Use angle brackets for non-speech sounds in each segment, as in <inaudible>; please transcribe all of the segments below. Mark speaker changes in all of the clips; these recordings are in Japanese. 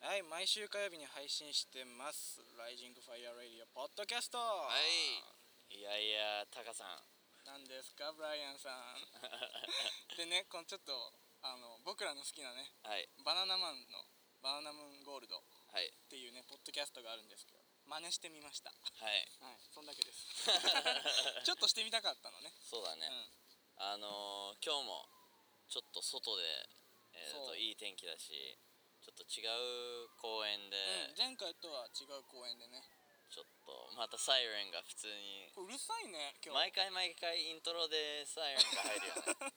Speaker 1: はい毎週火曜日に配信してます「ライジングファイアーレディオポッドキャスト」
Speaker 2: はいいやいやタカさ <laughs> ん
Speaker 1: なんですかブライアンさんでねこのちょっとあの僕らの好きなね
Speaker 2: はい
Speaker 1: バナナマンの「バナナムーンゴールド」っ
Speaker 2: はい
Speaker 1: ていうねポッドキャストがあるんですけど真似してみました
Speaker 2: はい
Speaker 1: はいそんだけ
Speaker 2: <laughs>
Speaker 1: ですちょっとしてみたかったのね
Speaker 2: そうだね、
Speaker 1: うん
Speaker 2: あのー今日もちょっと外で、えー
Speaker 1: そう
Speaker 2: といい天気だしちょっと違う公園で、
Speaker 1: うん、前回とは違う公園でね
Speaker 2: ちょっとまたサイレンが普通に
Speaker 1: うるさいね今日
Speaker 2: 毎回毎回イントロでサイレンが入るよ
Speaker 1: <laughs>
Speaker 2: ね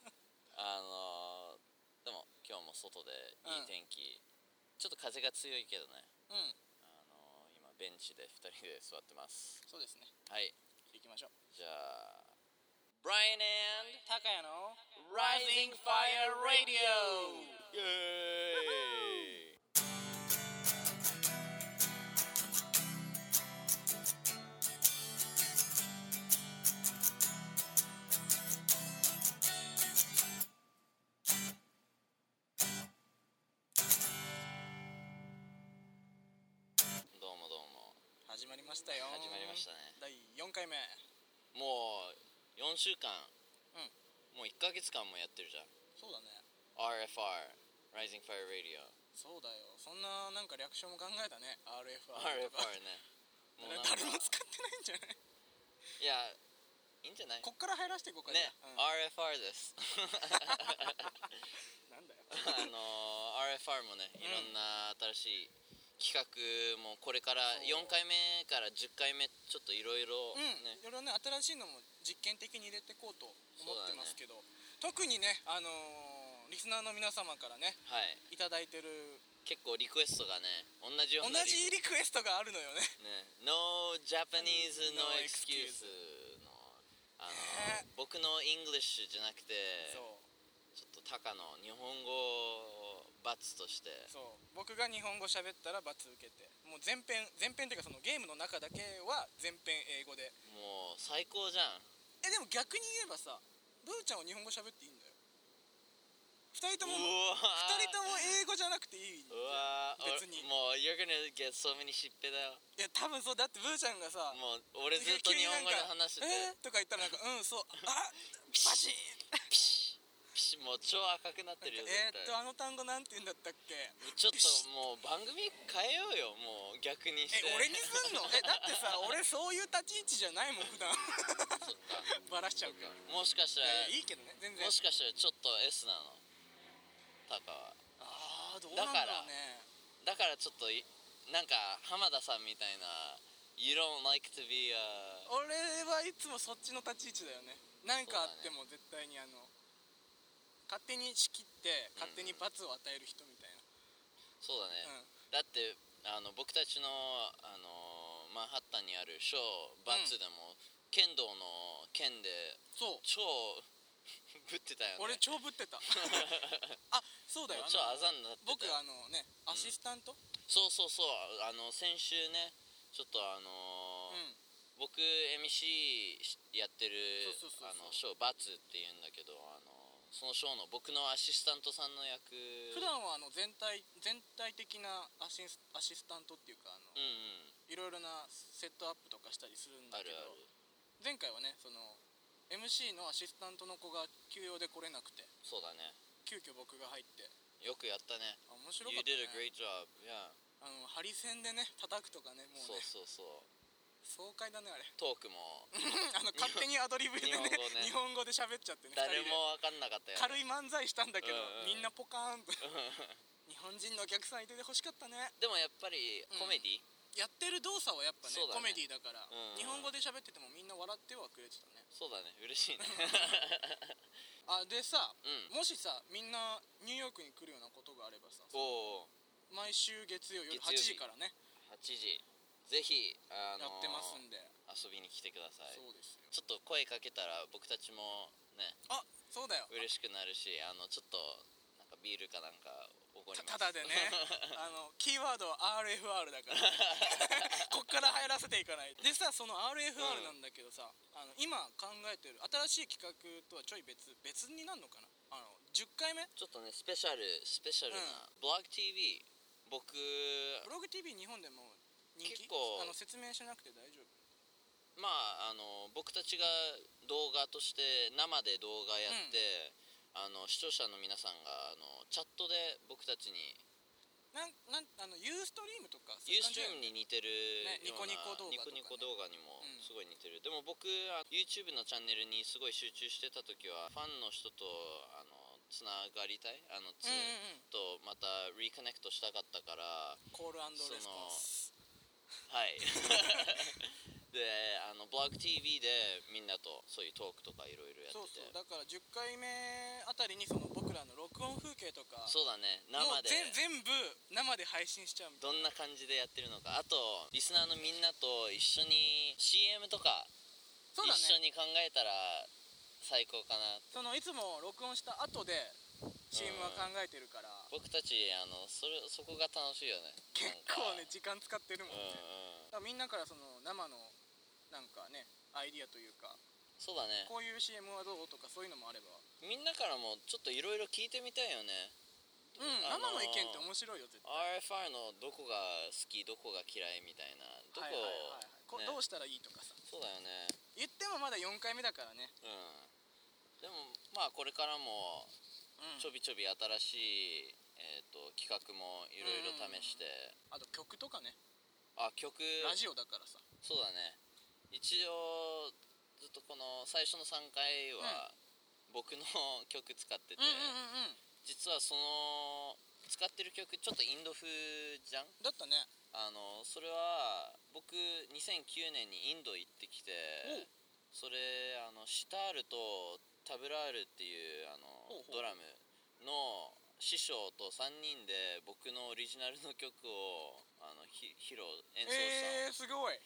Speaker 2: あのーでも今日も外でいい天気、ちょっと風が強いけどね
Speaker 1: うん
Speaker 2: あのー今ベンチで2人で座ってます
Speaker 1: そうですね
Speaker 2: はい
Speaker 1: 行きましょう
Speaker 2: じゃあ Brian and
Speaker 1: 高谷の
Speaker 2: Rising Fire Radio! イエーイどうもどうも
Speaker 1: 始まりましたよ
Speaker 2: 始まりましたね
Speaker 1: 第4回目
Speaker 2: もう4週間、もう1ヶ月間もやってるじゃん
Speaker 1: そうだね
Speaker 2: RFR Rising Fire Radio
Speaker 1: そうだよそんななんか略称も考えたね RFR とか
Speaker 2: RFR ねもうなんか
Speaker 1: 誰も使ってないんじゃない
Speaker 2: いやいいんじゃない
Speaker 1: こ
Speaker 2: ね
Speaker 1: っから入らせていこうかじゃあ
Speaker 2: RFR です <laughs>
Speaker 1: うん、なんだよ
Speaker 2: あのー RFR もねいろんな新しい企画もこれから
Speaker 1: そう
Speaker 2: 4回目から10回目ちょっといろいろ
Speaker 1: うん、
Speaker 2: ね
Speaker 1: いろいろね新しいのも実験的に入れていこうと思ってますけど、特にねあのーリスナーの皆様からね
Speaker 2: はい
Speaker 1: いただいてる
Speaker 2: 結構リクエストがね同じよ
Speaker 1: 同
Speaker 2: うなリ
Speaker 1: じリクエストがあるのよね
Speaker 2: ね、No Japanese No
Speaker 1: No
Speaker 2: Excuse
Speaker 1: excuse
Speaker 2: のあの
Speaker 1: ね
Speaker 2: 僕の English じゃなくて
Speaker 1: そう
Speaker 2: ちょっとタカの日本語を罰として
Speaker 1: そう僕が日本語喋ったら罰受けてもう全編全編っていうかそのゲームの中だけは全編英語で
Speaker 2: もう最高じゃん
Speaker 1: えでも逆に言えばさブーちゃんは日本語喋っていいんだよ2人とも
Speaker 2: う
Speaker 1: 2
Speaker 2: わ
Speaker 1: 人とも英語じゃなくていいんだ
Speaker 2: う
Speaker 1: よ
Speaker 2: わ
Speaker 1: 別に
Speaker 2: おもう You're gonna get so many しっぺだよ
Speaker 1: いや多分そうだってブーちゃんがさ
Speaker 2: もう俺ずっと日本語で話し
Speaker 1: 急
Speaker 2: てて
Speaker 1: になんかえーとか言ったらなんかうんそうあ
Speaker 2: ピシッピシッピシッもう超赤くなってるよ絶
Speaker 1: えーっ
Speaker 2: 対
Speaker 1: とあの単語なんて言うんだったっけ
Speaker 2: ちょっともう番組変えようよもう逆にして
Speaker 1: え俺にすんのえだってさ俺そういう立ち位置じゃないもん普段
Speaker 2: そっか
Speaker 1: <laughs> バラしちゃうから
Speaker 2: もしかしたら
Speaker 1: いやいやいいけどね全然
Speaker 2: もしかしたらちょっと S なのタカは
Speaker 1: ああどうなんだろうね
Speaker 2: だからちょっといなんか浜田さんみたいな「You don't like to be a
Speaker 1: 俺はいつもそっちの立ち位置だよね何かあっても絶対にあの勝手に仕切って勝手に罰を与える人みたい」
Speaker 2: そうだね、
Speaker 1: な、うん
Speaker 2: だってあの僕たちの、あのーマンハッタンにあるショーバッツでも、剣道の剣で
Speaker 1: そう
Speaker 2: 超ぶってたよね
Speaker 1: 俺
Speaker 2: <laughs>
Speaker 1: 超ぶってたあそうだよ
Speaker 2: も
Speaker 1: あ
Speaker 2: う
Speaker 1: の
Speaker 2: 超あざになってた
Speaker 1: 僕あのねアシスタント、
Speaker 2: そうそうそうあの先週ねちょっとあのー
Speaker 1: うん
Speaker 2: 僕 MC しやってる
Speaker 1: そうそうそうそう
Speaker 2: あのショーバツっていうんだけどあのそのショーの僕のアシスタントさんの役
Speaker 1: 普段はあの全体全体的なアシスアシスタントっていうかあの、
Speaker 2: うんうん
Speaker 1: いろいろなセットアップとかしたりするんだ
Speaker 2: あ
Speaker 1: け
Speaker 2: る
Speaker 1: ど
Speaker 2: ある
Speaker 1: 前回はねその MC のアシスタントの子が休養で来れなくて
Speaker 2: そうだね
Speaker 1: 急遽僕が入って
Speaker 2: よくやったね
Speaker 1: あ面白か
Speaker 2: You
Speaker 1: った
Speaker 2: did a
Speaker 1: ね
Speaker 2: great job yeah
Speaker 1: あのハリセンでね叩くとかねもう
Speaker 2: そう
Speaker 1: ね
Speaker 2: そうそう
Speaker 1: 爽快だねあれ <laughs>
Speaker 2: トークも
Speaker 1: あの勝手にアドリブでね
Speaker 2: 日本語ね
Speaker 1: 日本語で喋っちゃってね
Speaker 2: 誰
Speaker 1: 二人で
Speaker 2: も分かんなかったよ、ね、 <laughs>
Speaker 1: 軽い漫才したんだけど
Speaker 2: うんうん
Speaker 1: みんなポカーンと日本人のお客さんいててほしかったね
Speaker 2: でもやっぱりコメディ、
Speaker 1: やってる動作はやっぱね
Speaker 2: そうだね
Speaker 1: コメディだから、
Speaker 2: うんうん
Speaker 1: 日本語で喋っててもみんな笑ってはくれてたね
Speaker 2: そうだね
Speaker 1: <laughs>
Speaker 2: 嬉しいね
Speaker 1: あでさ、
Speaker 2: う
Speaker 1: もしさみんなニューヨークに来るようなことがあればさ
Speaker 2: おお
Speaker 1: 毎週月曜夜8
Speaker 2: 月曜日
Speaker 1: 時からね
Speaker 2: 8時ぜひ、あ
Speaker 1: や
Speaker 2: のー
Speaker 1: ってますんで、
Speaker 2: 遊びに来てください
Speaker 1: そうですよ
Speaker 2: ちょっと声かけたら僕たちもね
Speaker 1: あそうだよ
Speaker 2: 嬉しくなるしあのちょっとなんかビールかなんかおごり
Speaker 1: た
Speaker 2: ま
Speaker 1: ただ
Speaker 2: す
Speaker 1: でね
Speaker 2: <laughs>
Speaker 1: あのキーワードは RFR だからこっから入らせていかないとでさその RFR なんだけどさ、あの今考えてる新しい企画とはちょい別別になるのかなあの10回目
Speaker 2: ちょっとねスペシャルスペシャルな、
Speaker 1: う
Speaker 2: ブログ TV 僕
Speaker 1: ブログ TV 日本でも人気
Speaker 2: 結構
Speaker 1: あの説明しなくて大丈夫
Speaker 2: まああの僕たちが動画として生で動画やって、あの視聴者の皆さんがあのチャットで僕たちに
Speaker 1: なんなんあのユーストリームとかそういう
Speaker 2: ユー
Speaker 1: 感
Speaker 2: ス
Speaker 1: じだ
Speaker 2: ト
Speaker 1: よ
Speaker 2: リームに似てる
Speaker 1: ね
Speaker 2: ような、
Speaker 1: ニコニ
Speaker 2: ニ
Speaker 1: コ
Speaker 2: コニコ
Speaker 1: 動
Speaker 2: 動画にも
Speaker 1: うん
Speaker 2: すごい似てる、でも僕あ YouTube のチャンネルにすごい集中してた時はファンの人とあのつながりたいあのつ、
Speaker 1: うんうんうん
Speaker 2: とまたリコネクトしたかったから
Speaker 1: コールレスポンス
Speaker 2: はい <laughs> であのブログ TV でみんなとそういうトークとかいろいろや
Speaker 1: そう
Speaker 2: って
Speaker 1: そ
Speaker 2: て
Speaker 1: うだから10回目あたりにその僕らの録音風景とか
Speaker 2: そうだね生
Speaker 1: もう
Speaker 2: で
Speaker 1: 全全部生で配信しちゃうみたい
Speaker 2: どんな感じでやってるのかあとリスナーのみんなと一緒に CM とか
Speaker 1: なそうだ
Speaker 2: 一緒
Speaker 1: ね
Speaker 2: に考えたら最高かな
Speaker 1: そのいつも録音した後で CM は考えてるから
Speaker 2: 僕たちあのそれそこが楽しいよね
Speaker 1: 結構ね時間使ってるも
Speaker 2: な
Speaker 1: ねだから
Speaker 2: んんかうんうん
Speaker 1: みんなからその生のなんかねアイディアというか
Speaker 2: そうだね
Speaker 1: こういう CM はどうとかそういうのもあれば
Speaker 2: みんなからもちょっといろいろ聞いてみたいよね
Speaker 1: うん生
Speaker 2: あの
Speaker 1: の
Speaker 2: ー
Speaker 1: 意見って面白いよ絶対
Speaker 2: RFR のどこが好きどこが嫌いみたいなどこ
Speaker 1: はいはいはいはいこう
Speaker 2: ね
Speaker 1: どうしたらいいとかさ
Speaker 2: そうだよね
Speaker 1: 言ってもまだ4回目だからね
Speaker 2: うんでもまあこれからも
Speaker 1: うん
Speaker 2: ちょびちょび新しい、えー、と企画もいろいろ試して、
Speaker 1: あと曲とかね
Speaker 2: あ曲
Speaker 1: ラジオだからさ
Speaker 2: そうだね一応ずっとこの最初の3回は僕の曲使ってて、
Speaker 1: うんうんうん
Speaker 2: 実はその使ってる曲ちょっとインド風じゃん
Speaker 1: だったね
Speaker 2: あのそれは僕2009年にインド行ってきて
Speaker 1: おう
Speaker 2: それあのシタールとタブラールっていうあ
Speaker 1: ほう
Speaker 2: の
Speaker 1: ほう
Speaker 2: ドラムの師匠と3人で僕のオリジナルの曲をあのひ披露演奏したの、
Speaker 1: えー、すごい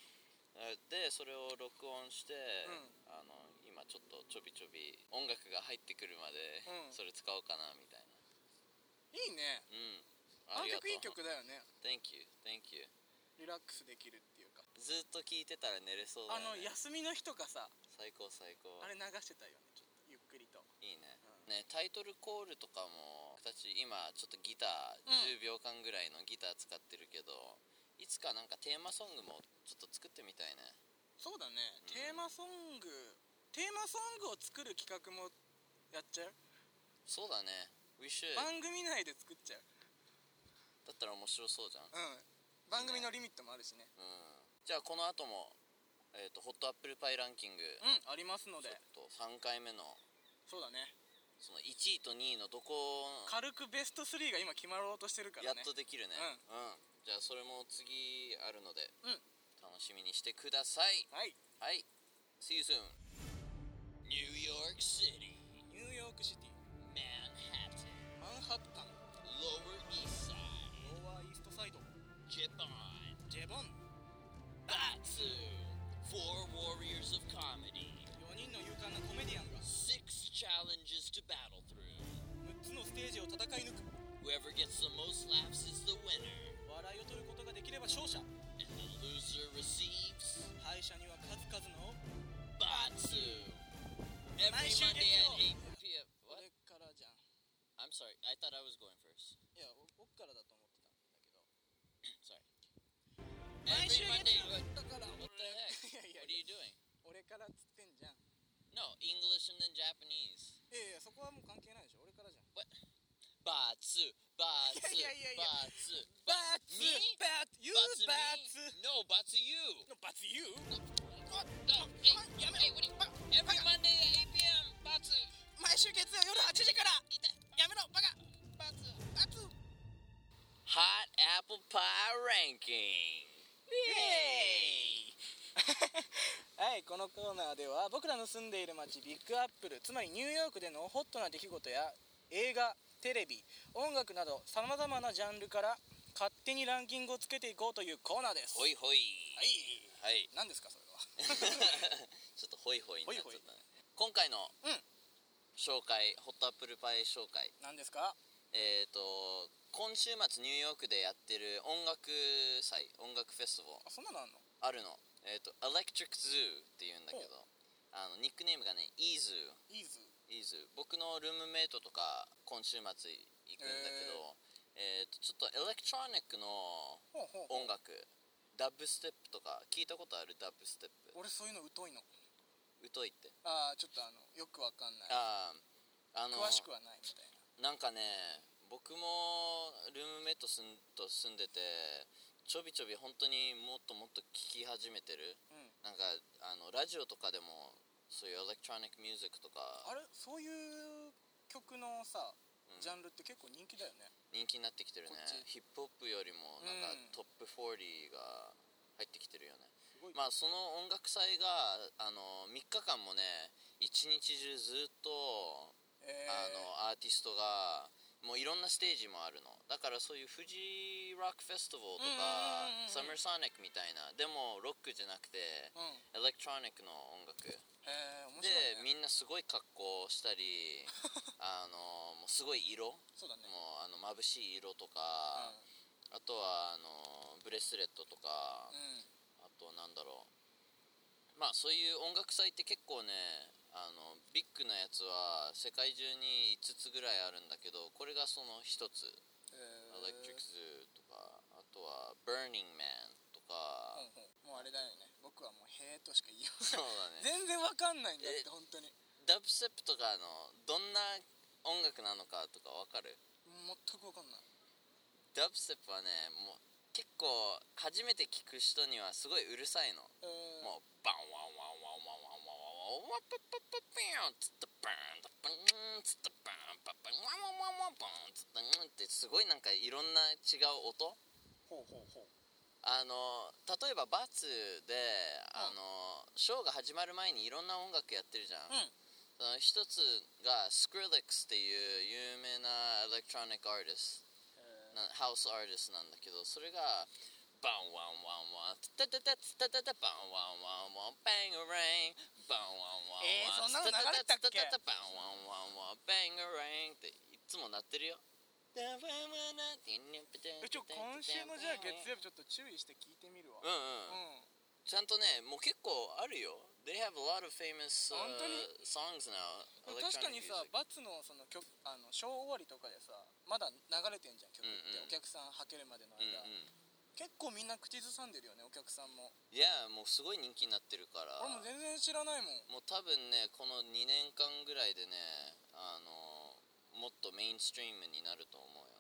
Speaker 2: でそれを録音して、
Speaker 1: ん
Speaker 2: あの今ちょっとちょびちょび音楽が入ってくるまで
Speaker 1: うん
Speaker 2: それ使おうかなみたい
Speaker 1: いいね
Speaker 2: な、
Speaker 1: あ
Speaker 2: うん
Speaker 1: の
Speaker 2: りがと
Speaker 1: 曲いい曲
Speaker 2: う
Speaker 1: だよね
Speaker 2: Thank you Thank you
Speaker 1: リラックスできるっていうか
Speaker 2: ずっと聴いてたら寝れそう
Speaker 1: あ
Speaker 2: だ
Speaker 1: の
Speaker 2: よ、ね、
Speaker 1: 休みの日とかさ
Speaker 2: 最高最高
Speaker 1: <laughs> あれ流してたよねちょっとゆっくりと
Speaker 2: いいね,、
Speaker 1: う
Speaker 2: ねタイトルコールとかも僕たち今ちょっとギター
Speaker 1: うん
Speaker 2: 10秒間ぐらいのギター使ってるけど、いつかなんかテーマソングもちょっと作ってみたいね
Speaker 1: そうだね
Speaker 2: うん
Speaker 1: テーマソングテーマソングを作る企画もやっちゃう
Speaker 2: そうだね We should だ
Speaker 1: 番組内で作っちゃう
Speaker 2: ったら面白そうじゃん、うん、
Speaker 1: うん番組のリミットもあるしね
Speaker 2: じゃあこの後もえっ、とホットアップルパイランキング、
Speaker 1: うんありますの
Speaker 2: ち
Speaker 1: で
Speaker 2: ょっと3回目の
Speaker 1: そうだね
Speaker 2: その1位と2位のどこ
Speaker 1: 軽くベスト3が今決まろうとしてるから
Speaker 2: やっ
Speaker 1: ね
Speaker 2: とできるね
Speaker 1: う
Speaker 2: うん、じゃあそれも次あるので、
Speaker 1: うん
Speaker 2: 楽しみにしてください
Speaker 1: はい
Speaker 2: はい。See you soon. New York City,
Speaker 1: ニューヨークシティ
Speaker 2: Manhattan,
Speaker 1: マンハッタン
Speaker 2: Lower East Side,
Speaker 1: ローアーイーストサイド
Speaker 2: Japan,
Speaker 1: ジェボン
Speaker 2: Batsu, Four Warriors of Comedy,
Speaker 1: 4人の勇敢なコメディアンが
Speaker 2: Six Challenges to Battle Through.
Speaker 1: 6つのステージを戦い抜く
Speaker 2: Whoever gets the most laughs is the winner,
Speaker 1: 笑いを取ることができれば勝者
Speaker 2: and the loser receives
Speaker 1: 敗者には数々の
Speaker 2: Batsu. Every
Speaker 1: Nice shooting,
Speaker 2: Monday
Speaker 1: Phil.
Speaker 2: at 8 p.m.
Speaker 1: こ
Speaker 2: What?
Speaker 1: れからじゃん
Speaker 2: I'm sorry, I thought I was going first.
Speaker 1: いやお僕からだと思ってたんだけど
Speaker 2: Sorry.
Speaker 1: 毎週月曜
Speaker 2: Every Monday. What,
Speaker 1: だから
Speaker 2: what the <laughs> heck?
Speaker 1: いやいや
Speaker 2: What are you doing?
Speaker 1: 俺からっつってんじゃん
Speaker 2: No, English and then Japanese.
Speaker 1: いやいやそこはもう関係ないでしょ俺からじゃん
Speaker 2: What? Batsu, batsu,
Speaker 1: Yeah, yeah, yeah, yeah.
Speaker 2: batsu.
Speaker 1: バツ
Speaker 2: me?
Speaker 1: バツ You
Speaker 2: Batsu
Speaker 1: バ
Speaker 2: me?
Speaker 1: ツ
Speaker 2: No, batsu you.
Speaker 1: のバツ You
Speaker 2: What the? Hey, hey, what do you? Every Monday at 8 p.m. Batsu.
Speaker 1: 毎週月曜夜8時からやめろバカバツバツ
Speaker 2: Hot apple pie ranking. Yay!
Speaker 1: はいこのコーナーでは僕らの住んでいる街ビッグアップルつまりニューヨークでのホットな出来事や映画テレビ音楽などさまざまなジャンルから勝手にランキングをつけていこうというコーナーです
Speaker 2: ほいほい。
Speaker 1: はい
Speaker 2: <laughs> はい。
Speaker 1: 何ですかそれは
Speaker 2: ちょっとほいほいになっちゃったね。今回の
Speaker 1: うん
Speaker 2: 紹介、ホットアップルパイ紹介。
Speaker 1: 何ですか
Speaker 2: えっ、と今週末ニューヨークでやってる音楽祭音楽フェスティバル
Speaker 1: あそんなのあんの
Speaker 2: あるのえっ、と Electric Zoo っていうんだけどあのニックネームがね EZoo
Speaker 1: イーズ
Speaker 2: EZoo 僕のルームメイトとか今週末行くんだけど、えー、とちょっとエレクトロニックの
Speaker 1: ほうほう
Speaker 2: 音楽ダブステップとか聞いたことあるダブステップ
Speaker 1: 俺そういうの疎いの
Speaker 2: 疎いって
Speaker 1: ああちょっとあのよくわかんない
Speaker 2: あああの
Speaker 1: 詳しくはないみたいな
Speaker 2: なんかね僕もルームメイトすんと住んでてちょびちょび本当にもっともっと聞き始めてる
Speaker 1: うん
Speaker 2: なんかあのラジオとかでもそういうエレクトロニックミュージックとか
Speaker 1: あれそういう曲のさ
Speaker 2: うん
Speaker 1: ジャンルって結構人気だよね
Speaker 2: 人気になってきてるね
Speaker 1: こっち
Speaker 2: ヒップホップよりもなんか
Speaker 1: うん
Speaker 2: トップ40が入ってきてるよね、
Speaker 1: すごい
Speaker 2: まあその音楽祭があの3日間もね一日中ずっと
Speaker 1: えー
Speaker 2: あのアーティストがもういろんなステージもあるのだからそういう富士ロックフェスティバルと
Speaker 1: う
Speaker 2: か
Speaker 1: んうんうんうん
Speaker 2: サマーソニックみたいなでもロックじゃなくて
Speaker 1: うん
Speaker 2: エレクトロニックの音楽
Speaker 1: えー面
Speaker 2: で
Speaker 1: 白いね
Speaker 2: みんなすごい格好した
Speaker 1: <laughs>
Speaker 2: りあのもうすごい色も
Speaker 1: そうだね
Speaker 2: うあの眩しい色とか
Speaker 1: うん
Speaker 2: あとはあのブレスレットとか
Speaker 1: うん
Speaker 2: あとなんだろうまあそういう音楽祭って結構ねあのビッグなやつは世界中に5つぐらいあるんだけどこれがその1つ
Speaker 1: え
Speaker 2: 「
Speaker 1: ー
Speaker 2: Electric Zoo」とかあとは「Burning Man」とか、
Speaker 1: うんうんもうあれだよね僕はもう「へえ」としか言いよう
Speaker 2: そうだね
Speaker 1: 全然わかんないんだっ
Speaker 2: え
Speaker 1: て本当に
Speaker 2: ダブステップとかのどんな音楽なのかとかわかる
Speaker 1: 全くわかんない
Speaker 2: ダブステップはねもう結構初めて聞く人にはすごいうるさいの
Speaker 1: えー
Speaker 2: もうバンワンワンワンワンワンワンワンワンワンパッパッパッパンつったバンパッパンつったバンパッパンワンワンワンワンバンつったんってすごいなんかいろんな違う音
Speaker 1: ほうほうほう
Speaker 2: あの例えばバツであのショーが始まる前にいろんな音楽やってるじゃん、
Speaker 1: うん
Speaker 2: その一つがスクリレックスっていう有名なエレクトロニックアーティスト
Speaker 1: えー
Speaker 2: なハウスアーティストなんだけどそれがバンワンワンワンツタタタツタタタバンワンワンワンバングレインバンワンワン
Speaker 1: えー
Speaker 2: ワ
Speaker 1: そ
Speaker 2: ン
Speaker 1: んなの流れてたっけ
Speaker 2: ツタタタバンワンワンワンバングレインっていつも鳴ってるよ
Speaker 1: えちょ今週のじゃあ月曜日ちょっと注意して聞いてみるわ
Speaker 2: うん
Speaker 1: うん
Speaker 2: うんちゃんとねもう結構あるよ They have a lot of famous、uh,
Speaker 1: 本当に
Speaker 2: songs now
Speaker 1: でも確かにさ
Speaker 2: electronic music
Speaker 1: バツのその曲あのショー終わりとかでさまだ流れてんじゃん曲って、
Speaker 2: うんう
Speaker 1: お
Speaker 2: ん
Speaker 1: 客さんはけるまでの
Speaker 2: うん
Speaker 1: 間、
Speaker 2: うん
Speaker 1: 結構みんな口ずさんでるよねお客さんも
Speaker 2: いやもうすごい人気になってるから
Speaker 1: 俺も全然知らないもん
Speaker 2: もう多分ねこの2年間ぐらいでねあのもっとメインストリームになると思うよ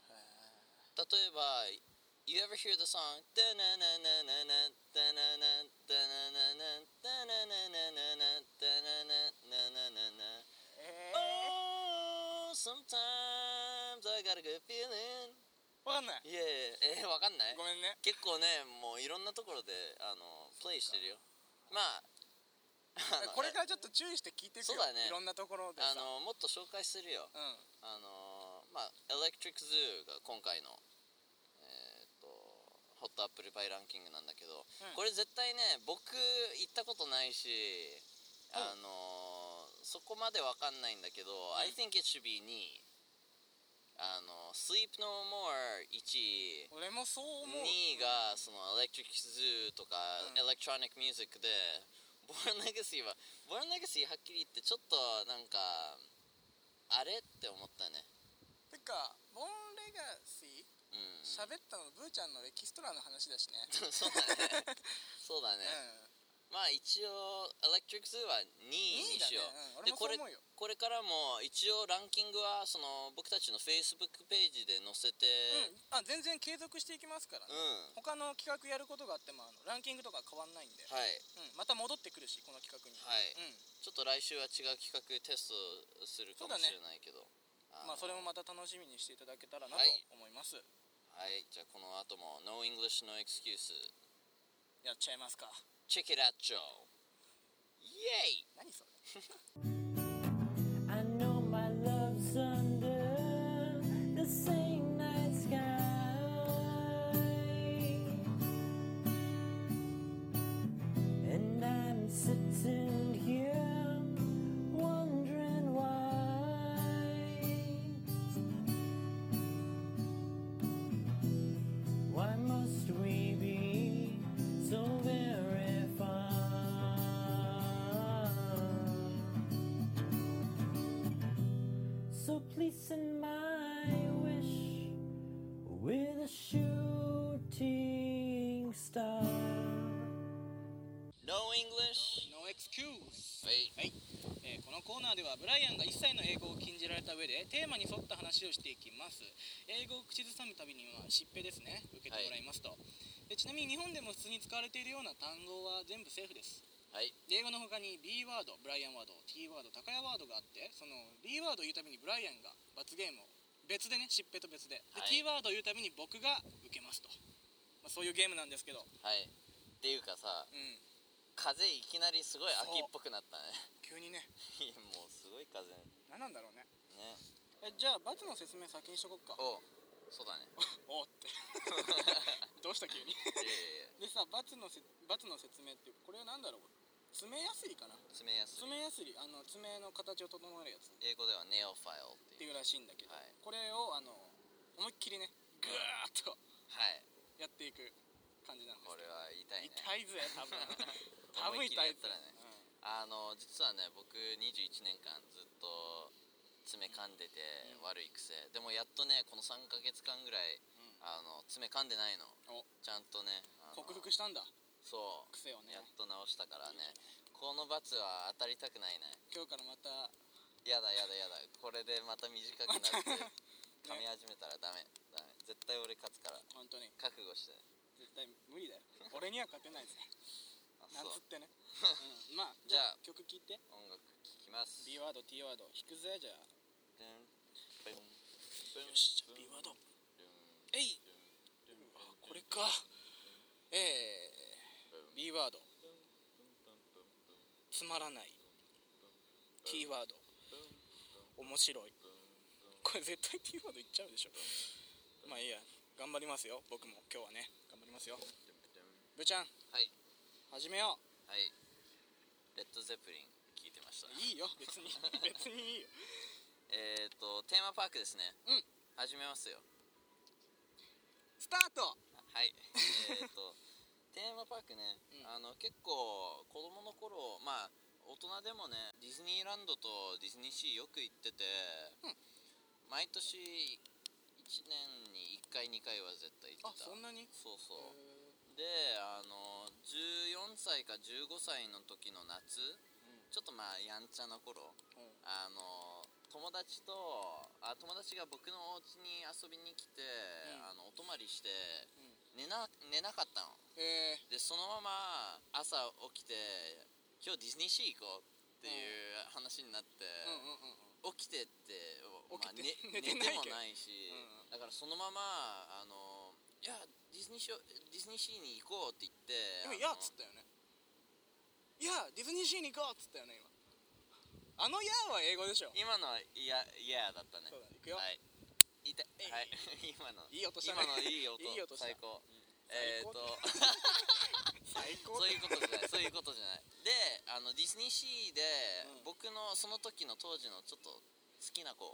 Speaker 2: 例えば「You ever hear the song?」「ダナナナナナダナナダナナナダナナナナナダナナナナナナ
Speaker 1: え
Speaker 2: Oh sometimes I got a good feeling
Speaker 1: 分かんない」
Speaker 2: いやいやえーわかんない
Speaker 1: ごめんね
Speaker 2: 結構ねもういろんなところであのプレイしてるよまああの
Speaker 1: これからちょっと注意して聞いていくよ
Speaker 2: そうだね
Speaker 1: いろんなところでさ
Speaker 2: あのもっと紹介するよ
Speaker 1: うん
Speaker 2: あのーまあエレクトリック・ズーが今回のえーっとホットアップルパイランキングなんだけど、
Speaker 1: うん
Speaker 2: これ絶対ね僕行ったことないし、
Speaker 1: うん
Speaker 2: あのーそこまでわかんないんだけど、I think it should be 2位あの「Sleep No More」1位
Speaker 1: 俺もそう思う
Speaker 2: 2位がそのエレクトリック・ズーとか、
Speaker 1: うん
Speaker 2: エレクトロニック・ミュージックでボーン・レガシーはボーン・レガシーはっきり言ってちょっとなんかあれって思ったね
Speaker 1: てかボーンレガシー
Speaker 2: うん
Speaker 1: 喋ったのブーちゃんのエキストラの話だしね
Speaker 2: <laughs> そうだねそうだね、
Speaker 1: うん
Speaker 2: まあ一応エレクトリック・ズーは2位にしよう、
Speaker 1: 2位だねうん俺も
Speaker 2: これ
Speaker 1: そう思うよ
Speaker 2: これからも一応ランキングはその僕たちの Facebook ページで載せて
Speaker 1: うんあ全然継続していきますからね
Speaker 2: うん、
Speaker 1: 他の企画やることがあってもあのランキングとか変わんないんで、
Speaker 2: はい
Speaker 1: うん、また戻ってくるしこの企画に、
Speaker 2: はい、
Speaker 1: うん
Speaker 2: ちょっと来週は違う企画テストするかもしれないけど、
Speaker 1: まあ、それもま
Speaker 2: ま
Speaker 1: た楽しみにしていただけたらなと
Speaker 2: はい
Speaker 1: 思います、
Speaker 2: はいじゃあこの後も No English No Excuse
Speaker 1: やっちゃいますか
Speaker 2: Check it out Joe イエイ
Speaker 1: 何それ
Speaker 3: I know my love's under the same night sky, and I'm sitting here wondering why. Why must we be so very far? So please send my wish a shooting star.
Speaker 2: No English?
Speaker 1: No excuse!
Speaker 2: はい。
Speaker 1: はい、えーこのコーナーではブライアンが一切の英語を禁じられた上でテーマに沿った話をしていきます英語を口ずさむたびには疾病ですね受けてもらいますと、でちなみに日本でも普通に使われているような単語は全部セーフです
Speaker 2: はい。
Speaker 1: で英語の他に B ワードブライアンワード T ワード高谷ワードがあってその B ワードを言うたびにブライアンが罰ゲームを別でね疾病と別でで、
Speaker 2: はい
Speaker 1: T ワードを言うたびに僕が受けますと、まあ、そういうゲームなんですけど、う
Speaker 2: はい。っていうかさ、
Speaker 1: ん、
Speaker 2: 風いきなりすごい秋っぽくなったね。 <laughs>
Speaker 1: 急にね
Speaker 2: いやもうすごい風ね。
Speaker 1: 何なんだろうねえじゃあ罰の説明先にしとこっか
Speaker 2: おそう <laughs> だね。
Speaker 1: おおって <laughs> どうした急に <laughs>
Speaker 2: いやいやいや、
Speaker 1: でさ罰のせ罰の説明っていうこれは何だろう爪やすりかな
Speaker 2: 爪やすい
Speaker 1: 爪。やすりあの爪の形を整えるやつっ
Speaker 2: 英語ではネオファイルって
Speaker 1: て
Speaker 2: いう。
Speaker 1: いうらしいんだけど、
Speaker 2: はい
Speaker 1: これをあの思いっきりねグーッと
Speaker 2: はい。
Speaker 1: やっていく感じなんです
Speaker 2: これは痛いね。
Speaker 1: 痛いぜ多
Speaker 2: <laughs>
Speaker 1: 分多
Speaker 2: 思
Speaker 1: 分
Speaker 2: い
Speaker 1: 痛
Speaker 2: っきりや
Speaker 1: い
Speaker 2: っ
Speaker 1: ぜ
Speaker 2: たらねあの実はね僕21年間ずっと爪噛んでて
Speaker 1: うん
Speaker 2: 悪い癖でもやっとねこの3ヶ月間ぐらい
Speaker 1: うん
Speaker 2: あの爪噛んでないの
Speaker 1: お
Speaker 2: ちゃんとねあの
Speaker 1: 克服したんだ
Speaker 2: そう
Speaker 1: 癖をね
Speaker 2: やっと直したからねこの罰は当たりたくないね
Speaker 1: 今日からまた
Speaker 2: やだやだやだこれでまた短くなって噛み始めたらダメダメ絶対俺勝つから
Speaker 1: 本当に
Speaker 2: 覚悟して
Speaker 1: 絶対無理だよ俺には勝てないぜ
Speaker 2: あ
Speaker 1: なん
Speaker 2: そ
Speaker 1: つ
Speaker 2: う
Speaker 1: ってね、うん、
Speaker 2: <laughs>
Speaker 1: まあじゃあ曲聴いて
Speaker 2: 音楽聴きます
Speaker 1: B ワード T ワード弾くぜじゃあ
Speaker 2: ドゥンブンブン
Speaker 1: よしじゃあ B ワード
Speaker 2: ドゥン
Speaker 1: えい
Speaker 2: ドゥン
Speaker 1: あこれかえー、B ワードつまらない T ワード面白いこれ絶対 T ワードいっちゃうでしょまあいいや頑張りますよ僕も今日はね頑張りますよぶーちゃん
Speaker 2: はい
Speaker 1: 始めよう
Speaker 2: はいレッド・ゼプリン聞いてました
Speaker 1: いいよ別に別にいいよ
Speaker 2: えっとテーマパークですね
Speaker 1: うん
Speaker 2: 始めますよ
Speaker 1: スタート
Speaker 2: はい
Speaker 1: <laughs>
Speaker 2: えっとテーマパークね、
Speaker 1: うん
Speaker 2: あの結構子供の頃まあ大人でもねディズニーランドとディズニーシーよく行ってて、
Speaker 1: うん
Speaker 2: 毎年1年に1回2回は絶対行
Speaker 1: あ
Speaker 2: ってた
Speaker 1: そんなに
Speaker 2: そう
Speaker 1: へ
Speaker 2: そう、であの14歳か15歳の時の夏、
Speaker 1: ん
Speaker 2: ちょっとまあやんちゃな頃
Speaker 1: ーうん
Speaker 2: あの友達とあ友達が僕のお家に遊びに来て、
Speaker 1: ん
Speaker 2: あのお泊まりして
Speaker 1: うん
Speaker 2: 寝な寝なかったの
Speaker 1: え
Speaker 2: でそのまま朝起きて今日ディズニーシー行こうっていう話になって、
Speaker 1: ー、うんうんうんうん
Speaker 2: 起きてって、お
Speaker 1: 起きて
Speaker 2: まあね
Speaker 1: <laughs> 寝て
Speaker 2: 寝
Speaker 1: ない
Speaker 2: て
Speaker 1: けど
Speaker 2: もないし、
Speaker 1: うん
Speaker 2: だからそのままあのいやディズニーショディズニーシーに行こうって言って
Speaker 1: でも「
Speaker 2: あの
Speaker 1: いや」っつったよね「いやディズニーシーに行こう」っつったよね今あの「いや」は英語でしょ
Speaker 2: 今のはいやいやだったね
Speaker 1: そうだねいくよ、
Speaker 2: はい痛い
Speaker 1: えい
Speaker 2: はい <laughs> 今の
Speaker 1: いい音した
Speaker 2: 今
Speaker 1: ね
Speaker 2: のいい音
Speaker 1: いい音した
Speaker 2: 最高、え
Speaker 1: 最
Speaker 2: ー
Speaker 1: 高
Speaker 2: っと
Speaker 1: 最高
Speaker 2: そういうことじ
Speaker 1: <laughs>
Speaker 2: ゃないそういうことじゃないであのディズニーシーで、
Speaker 1: うん
Speaker 2: 僕のその時の当時のちょっと好きな子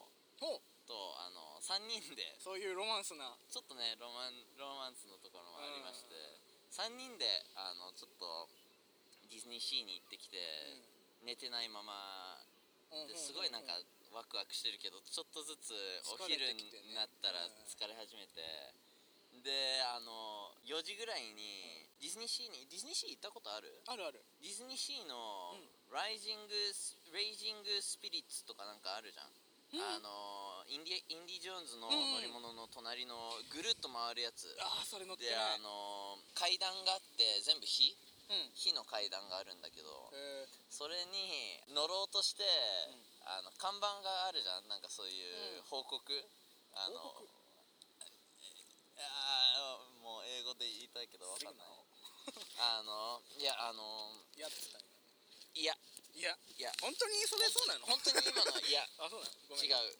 Speaker 1: ほう
Speaker 2: とあの3人で
Speaker 1: そういうロマンスな
Speaker 2: ちょっとねロマンロマンスのところもありまして、3人であのちょっとディズニーシーに行ってきて、寝てないままですごいなんかワクワクしてるけどちょっとずつお
Speaker 1: 疲れ
Speaker 2: 昼
Speaker 1: て
Speaker 2: に
Speaker 1: きてね
Speaker 2: なったら
Speaker 1: うん
Speaker 2: 疲れ始めてであの4時ぐらいにディズニーシーにディズニーシー行ったことある
Speaker 1: あるある
Speaker 2: ディズニーシーの
Speaker 1: うん
Speaker 2: 「ライジング・レイジング・スピリッツ」とかなんかあるじゃん、あのインディインディ・ジョーンズの乗り物の隣のぐるっと回るやつ、
Speaker 1: ああそれ乗って
Speaker 2: で
Speaker 1: な
Speaker 2: あ
Speaker 1: い
Speaker 2: の階段があって全部火
Speaker 1: うん
Speaker 2: 火の階段があるんだけど
Speaker 1: え
Speaker 2: それに乗ろうとして、あの看板があるじゃんなんかそういうう報告、あの
Speaker 1: 報告
Speaker 2: あーもう英語で言いたいけどわかんないあのいやあの
Speaker 1: ー、いやっつった今
Speaker 2: いや
Speaker 1: いや
Speaker 2: いや
Speaker 1: 本当にそれそうなの
Speaker 2: 本当に今のいや
Speaker 1: <laughs> あそうなのごめん
Speaker 2: 違
Speaker 1: う
Speaker 2: う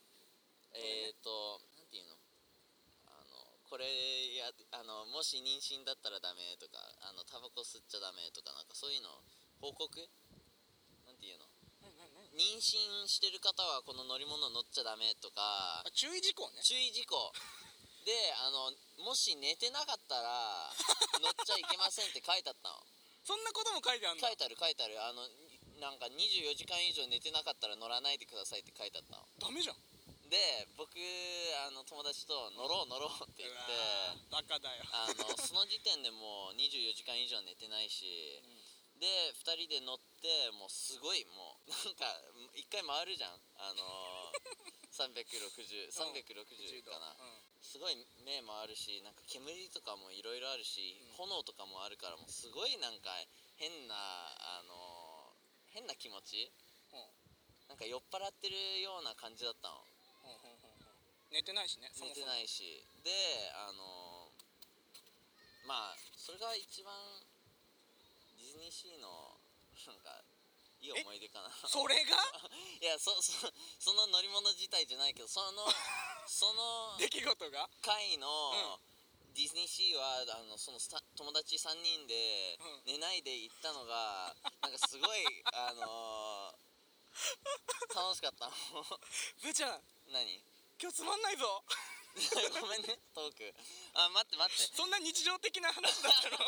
Speaker 2: えっ、ー、となんていうのあのこれやあのもし妊娠だったらダメとかあのタバコ吸っちゃダメとかなんかそういうの報告なんていうの妊娠してる方はこの乗り物乗っちゃダメとか
Speaker 1: あ注意事項ね
Speaker 2: 注意事項であのもし寝てなかったら乗っちゃいけませんって書いてあったの
Speaker 1: そんなことも書いてあんの
Speaker 2: 書いてある書いてあるあのなんか24時間以上寝てなかったら乗らないでくださいって書いてあったの
Speaker 1: ダメじゃん
Speaker 2: で僕あの友達と「乗ろう乗ろう」って言って
Speaker 1: うわーバカだよ
Speaker 2: あのその時点でもう24時間以上寝てないし、で2人で乗ってもうすごいもうなんか一回回るじゃんあの
Speaker 1: 10
Speaker 2: 360360
Speaker 1: 度
Speaker 2: かな、
Speaker 1: うん
Speaker 2: すごい目もあるしなんか煙とかもいろいろあるし、炎とかもあるからもうすごいなんか変なあの変な気持ち
Speaker 1: うん
Speaker 2: なんか酔っ払ってるような感じだったの
Speaker 1: うんうんうんうん寝てないしねそも
Speaker 2: 寝て
Speaker 1: そも
Speaker 2: ないしであのまあそれが一番ディズニーシーのなんかいい思い出かな
Speaker 1: それが
Speaker 2: <laughs> いやそそその乗り物自体じゃないけどそ
Speaker 1: <laughs>
Speaker 2: のその
Speaker 1: 出来事が
Speaker 2: 回の、ディズニーシーはあのそのスタ友達3人で
Speaker 1: う
Speaker 2: 寝ないで行ったのがなんかす
Speaker 1: <laughs>
Speaker 2: ごいあの楽しかったの <laughs>
Speaker 1: ブーちゃん
Speaker 2: 何 <laughs>
Speaker 1: 今日つまんないぞ
Speaker 2: ごめんねトークあ待って待って
Speaker 1: そんな日常的な話だったの
Speaker 2: <laughs>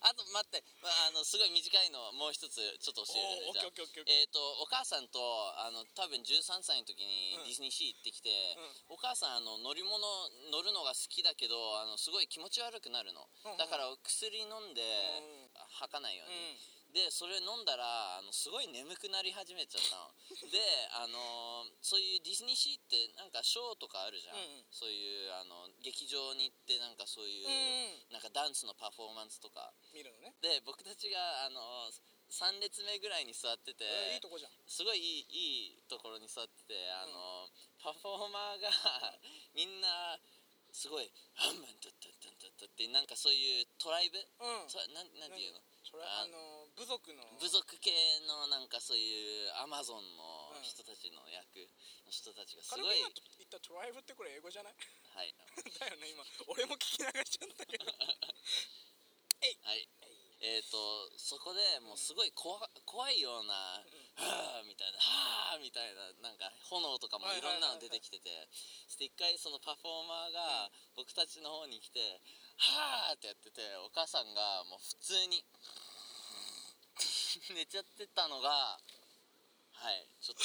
Speaker 2: あと待って、まあ、あのすごい短いのもう一つちょっと教え
Speaker 1: おー
Speaker 2: るじゃあ
Speaker 1: オッケーオッケーオッケーオッケ
Speaker 2: えっ、とお母さんとあの多分13歳の時に
Speaker 1: うん
Speaker 2: ディズニーシー行ってきて、お母さんあの乗り物乗るのが好きだけどあのすごい気持ち悪くなるの、
Speaker 1: うんうん
Speaker 2: だからお薬飲んで、
Speaker 1: うん
Speaker 2: 吐かないよう
Speaker 1: う
Speaker 2: に、
Speaker 1: ん
Speaker 2: でそれ飲んだらあのすごい眠くなり始めちゃった
Speaker 1: <laughs>
Speaker 2: のであのーそういうディズニーシーってなんかショーとかあるじゃん、
Speaker 1: うんうん
Speaker 2: そういうあの劇場に行ってなんかそういう、
Speaker 1: う
Speaker 2: なんかダンスのパフォーマンスとか
Speaker 1: 見るのね
Speaker 2: で僕たちがあの3列目ぐらいに座ってて、
Speaker 1: えーいいとこじゃん
Speaker 2: すごいいいいいところに座っててあの、パフォーマーが <laughs> みんなすごい「ハンマンタッタッタッタッタ」ってなんかそういうトライブ、
Speaker 1: うん
Speaker 2: そなんなんていうの
Speaker 1: それあの部族の
Speaker 2: 部族系のなんかそういうアマゾンの人たちの役の人たちがす
Speaker 1: カル
Speaker 2: ご
Speaker 1: ビ
Speaker 2: い、
Speaker 1: 今言ったトライブってこれ英語じゃない <laughs>
Speaker 2: はい
Speaker 1: だよね今俺も聞き流しちゃったけど
Speaker 2: はいえー、とそこでもうすごい怖怖いような「はあ」みたいな「はあ」みたいななんか炎とかも
Speaker 1: はい
Speaker 2: い
Speaker 1: はいはい
Speaker 2: ろんなの出てきててそして一回そのパフォーマーが僕たちの方に来て「はあ」ってやっててお母さんがもう普通に <laughs> 寝ちゃってたのがはい
Speaker 1: <laughs>
Speaker 2: ちょっと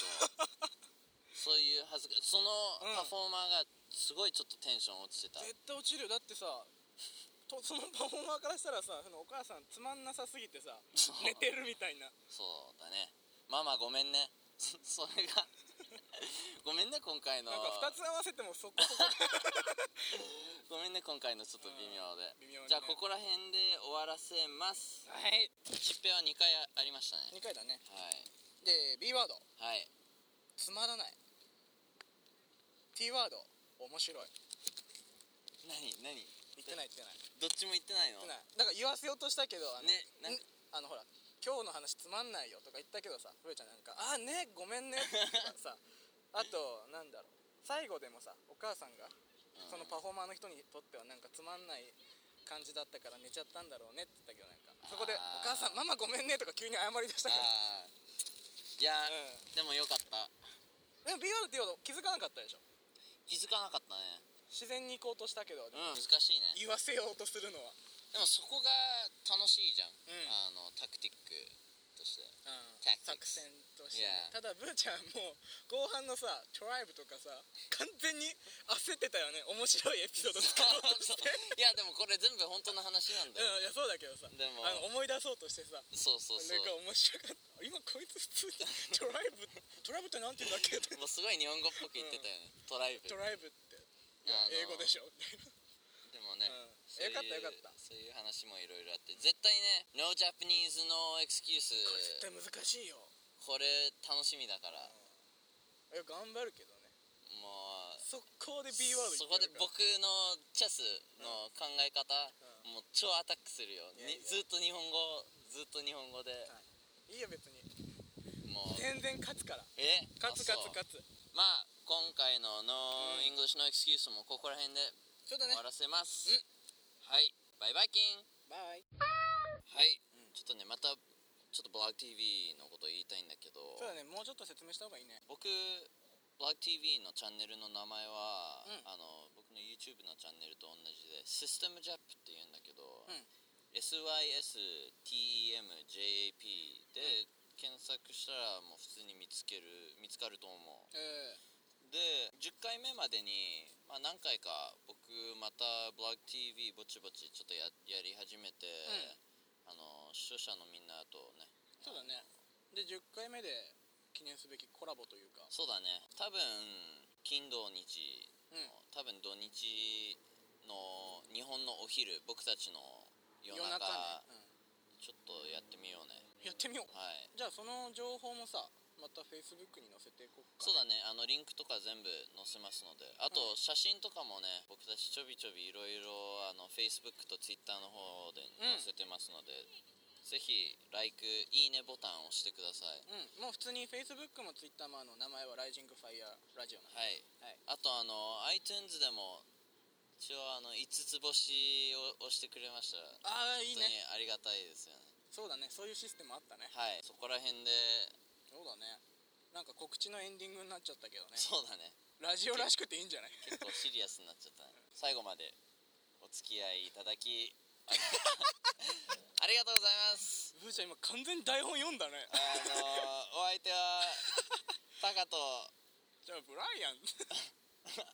Speaker 2: そういうはずかその
Speaker 1: うん
Speaker 2: パフォーマーがすごいちょっとテンション落ちてた
Speaker 1: 絶対落ちるよだってさとそのパフォーマーからしたらさそのお母さんつまんなさすぎてさ
Speaker 2: そう
Speaker 1: 寝てるみたいな
Speaker 2: そうだねママごめんね <laughs> そそれが <laughs> ごめんね今回の
Speaker 1: なんか2つ合わせてもそこそ <laughs> こ
Speaker 2: ごめんね今回のちょっと微妙で、
Speaker 1: うん微妙にね
Speaker 2: じゃあここら辺で終わらせます
Speaker 1: はい
Speaker 2: 疾病は2回あありましたね
Speaker 1: 2回だね
Speaker 2: は
Speaker 1: で B ワード
Speaker 2: いはい
Speaker 1: つまらない T ワード面白い
Speaker 2: 何何
Speaker 1: 言ってない言ってない
Speaker 2: どっちも言ってないの
Speaker 1: 言ってないだから言わせようとしたけどあの
Speaker 2: ねなん
Speaker 1: んあのほら今日の話つまんないよとか言ったけどさふえちゃんなんか「ああねごめんね」と
Speaker 2: <laughs>
Speaker 1: かさあとなんだろう最後でもさお母さんがそのパフォーマーの人にとってはなんかつまんない感じだったから寝ちゃったんだろうねって言ったけどなんかそこで「お
Speaker 2: あー
Speaker 1: 母さんママごめんね」とか急に謝り出したから
Speaker 2: あーいや、
Speaker 1: う
Speaker 2: でもよかった
Speaker 1: でも B ワードって言うこと気づかなかったでしょ
Speaker 2: 気づかなかったね
Speaker 1: 自然に行こうとしたけど、
Speaker 2: うん難しいね
Speaker 1: 言わせようとするのは
Speaker 2: でもそこが楽しいじゃん、
Speaker 1: ん
Speaker 2: あのタクティックとしてTactics
Speaker 1: 作戦としてね、
Speaker 2: Yeah.
Speaker 1: ただブーちゃんもう後半のさトライブとかさ完全に焦ってたよね面白いエピソード作ろうとして
Speaker 2: <laughs> いやでもこれ全部本当の話なんだ
Speaker 1: う
Speaker 2: よ、
Speaker 1: んいやそうだけどさ
Speaker 2: でも
Speaker 1: あの思い出そうとしてさ
Speaker 2: そうそうそ
Speaker 1: なんか
Speaker 2: う
Speaker 1: 面白かった今こいつ普通
Speaker 2: <laughs>
Speaker 1: にトライブトライブってなんて言うんだっけ
Speaker 2: もうすごい日本語っぽく言ってたよね、トライブ
Speaker 1: トライブっていや
Speaker 2: あの
Speaker 1: 英語でしょみたいな
Speaker 2: でもね、
Speaker 1: うん
Speaker 2: そういう
Speaker 1: よかったよかった
Speaker 2: そういう話もいろいろあって絶対ね No Japanese No Excuse
Speaker 1: これ絶対難しいよ
Speaker 2: これ楽しみだから
Speaker 1: いや頑張るけどね
Speaker 2: もう
Speaker 1: 速攻で B ワード
Speaker 2: そこで僕のチェスの考え方、もう超アタックするよ
Speaker 1: いやいや
Speaker 2: にずっと日本語ずっと日本語で、
Speaker 1: いいよ別に
Speaker 2: もう
Speaker 1: 全然勝つから
Speaker 2: え
Speaker 1: 勝つ勝
Speaker 2: あそう
Speaker 1: つ勝つ
Speaker 2: まあ今回の No English No Excuse もここら辺で
Speaker 1: ちょっとね
Speaker 2: 終わらせます、
Speaker 1: うん
Speaker 2: はいバイバイキン
Speaker 1: バイ
Speaker 2: はい、ちょっとねまたちょっとブログ TV のこと言いたいんだけど
Speaker 1: そうだねもうちょっと説明した方がいいね
Speaker 2: 僕ブログ TV のチャンネルの名前は、
Speaker 1: うん
Speaker 2: あの僕の YouTube のチャンネルと同じでシステムジャップって言うんだけど、
Speaker 1: うん
Speaker 2: SYSTEMJAP で検索したらもう普通に見つける見つかると思う
Speaker 1: え
Speaker 2: で10回目までに、まあ、何回か僕またブログ TV ぼちぼちちょっとややり始めて、あの視聴者のみんなとね
Speaker 1: そうだねで10回目で記念すべきコラボというか
Speaker 2: そうだね多分金土日
Speaker 1: うん
Speaker 2: の多分土日の日本のお昼僕たちの夜
Speaker 1: 夜
Speaker 2: 中
Speaker 1: 中ね、
Speaker 2: ちょっとやってみようね
Speaker 1: うんやってみよう
Speaker 2: はい
Speaker 1: じゃあその情報もさまた Facebook に載せていこうか
Speaker 2: そうだねあのリンクとか全部載せますのであと
Speaker 1: う
Speaker 2: 写真とかもね僕たちちょびちょびいろいろあの Facebook と Twitter の方で載せてますので、ぜひ LIKE いいねボタンを押してください
Speaker 1: うんもう普通に Facebook も Twitter もあの名前は Rising Fire Radio なんで
Speaker 2: はい、
Speaker 1: はい
Speaker 2: あとあの iTunes でも一応あの5つ星を押してくれました
Speaker 1: ああいい
Speaker 2: 本当
Speaker 1: ね
Speaker 2: にありがたいですよね
Speaker 1: そうだねそういうシステムあったね
Speaker 2: はいそこら辺で
Speaker 1: そうだねなんか告知のエンディングになっちゃったけどね
Speaker 2: そうだね
Speaker 1: ラジオらしくていいん <laughs> じゃない
Speaker 2: 結構シリアスになっちゃったね最後までお付き合いいただきありがとうござい <laughs> ます
Speaker 1: ブーちゃん今完全に台本読んだね
Speaker 2: あのお相手はタカと
Speaker 1: じゃあブライアン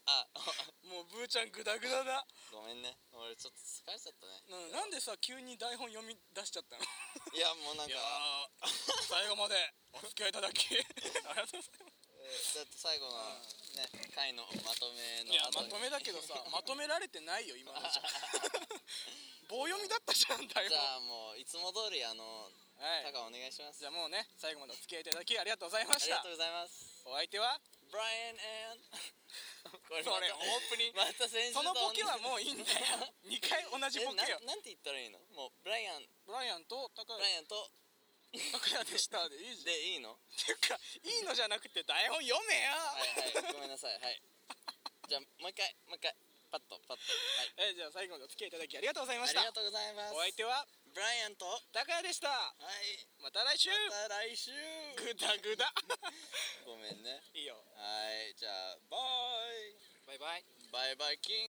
Speaker 2: あ
Speaker 1: <laughs> もうブーちゃんグダグダだ
Speaker 2: ごめんね俺ちょっと疲れちゃったね
Speaker 1: ななんでさ急に台本読み出しちゃったの
Speaker 2: いやもうなん
Speaker 1: い
Speaker 2: か
Speaker 1: やー最後までお付 <laughs> き合いいただきありがとうございま
Speaker 2: えーだって最後のね回のまとめ
Speaker 1: す
Speaker 2: の
Speaker 1: いやま
Speaker 2: 後に
Speaker 1: とめだけど
Speaker 2: <laughs>
Speaker 1: さまとめられてないよ今のじゃ棒読みだったじゃん台
Speaker 2: じ
Speaker 1: 本
Speaker 2: ゃあもういつも通りあの
Speaker 1: はい
Speaker 2: タカお願いします
Speaker 1: じゃ
Speaker 2: あ
Speaker 1: あもうね最後までお付き合いいただきありがとうございまし
Speaker 2: りが
Speaker 1: た
Speaker 2: とうございます
Speaker 1: お相手は
Speaker 2: ブライアン
Speaker 1: <laughs>
Speaker 2: これ
Speaker 1: それオープニング
Speaker 2: また先週
Speaker 1: そ
Speaker 2: と
Speaker 1: の
Speaker 2: 同
Speaker 1: ボ
Speaker 2: じ
Speaker 1: ケはもういいんだよ2
Speaker 2: <laughs>
Speaker 1: 回同じ
Speaker 2: え
Speaker 1: ボケよ
Speaker 2: なんなんて言ったらいいのもうブライアン
Speaker 1: ブライアンと高谷
Speaker 2: ブライアンと
Speaker 1: 高谷でしたでいいじゃん
Speaker 2: でいいの
Speaker 1: っていうかいいのじゃなくて台本読めよ、
Speaker 2: はいはいごめんなさい <laughs> はいじゃあもう一回もう一回パッとパッとは
Speaker 1: <laughs>
Speaker 2: い
Speaker 1: えじゃあ最後までお付き合いいただきありがとうございま
Speaker 2: あ
Speaker 1: し
Speaker 2: り
Speaker 1: た
Speaker 2: がとうございます
Speaker 1: お相手は
Speaker 2: ブライアンとは
Speaker 1: 高谷でした
Speaker 2: い
Speaker 1: また来週
Speaker 2: また来週
Speaker 1: グダグ
Speaker 2: <laughs>
Speaker 1: ダ
Speaker 2: ごめんね
Speaker 1: いいよ
Speaker 2: はいじゃあバイ
Speaker 1: バイバイ
Speaker 2: バイバイキン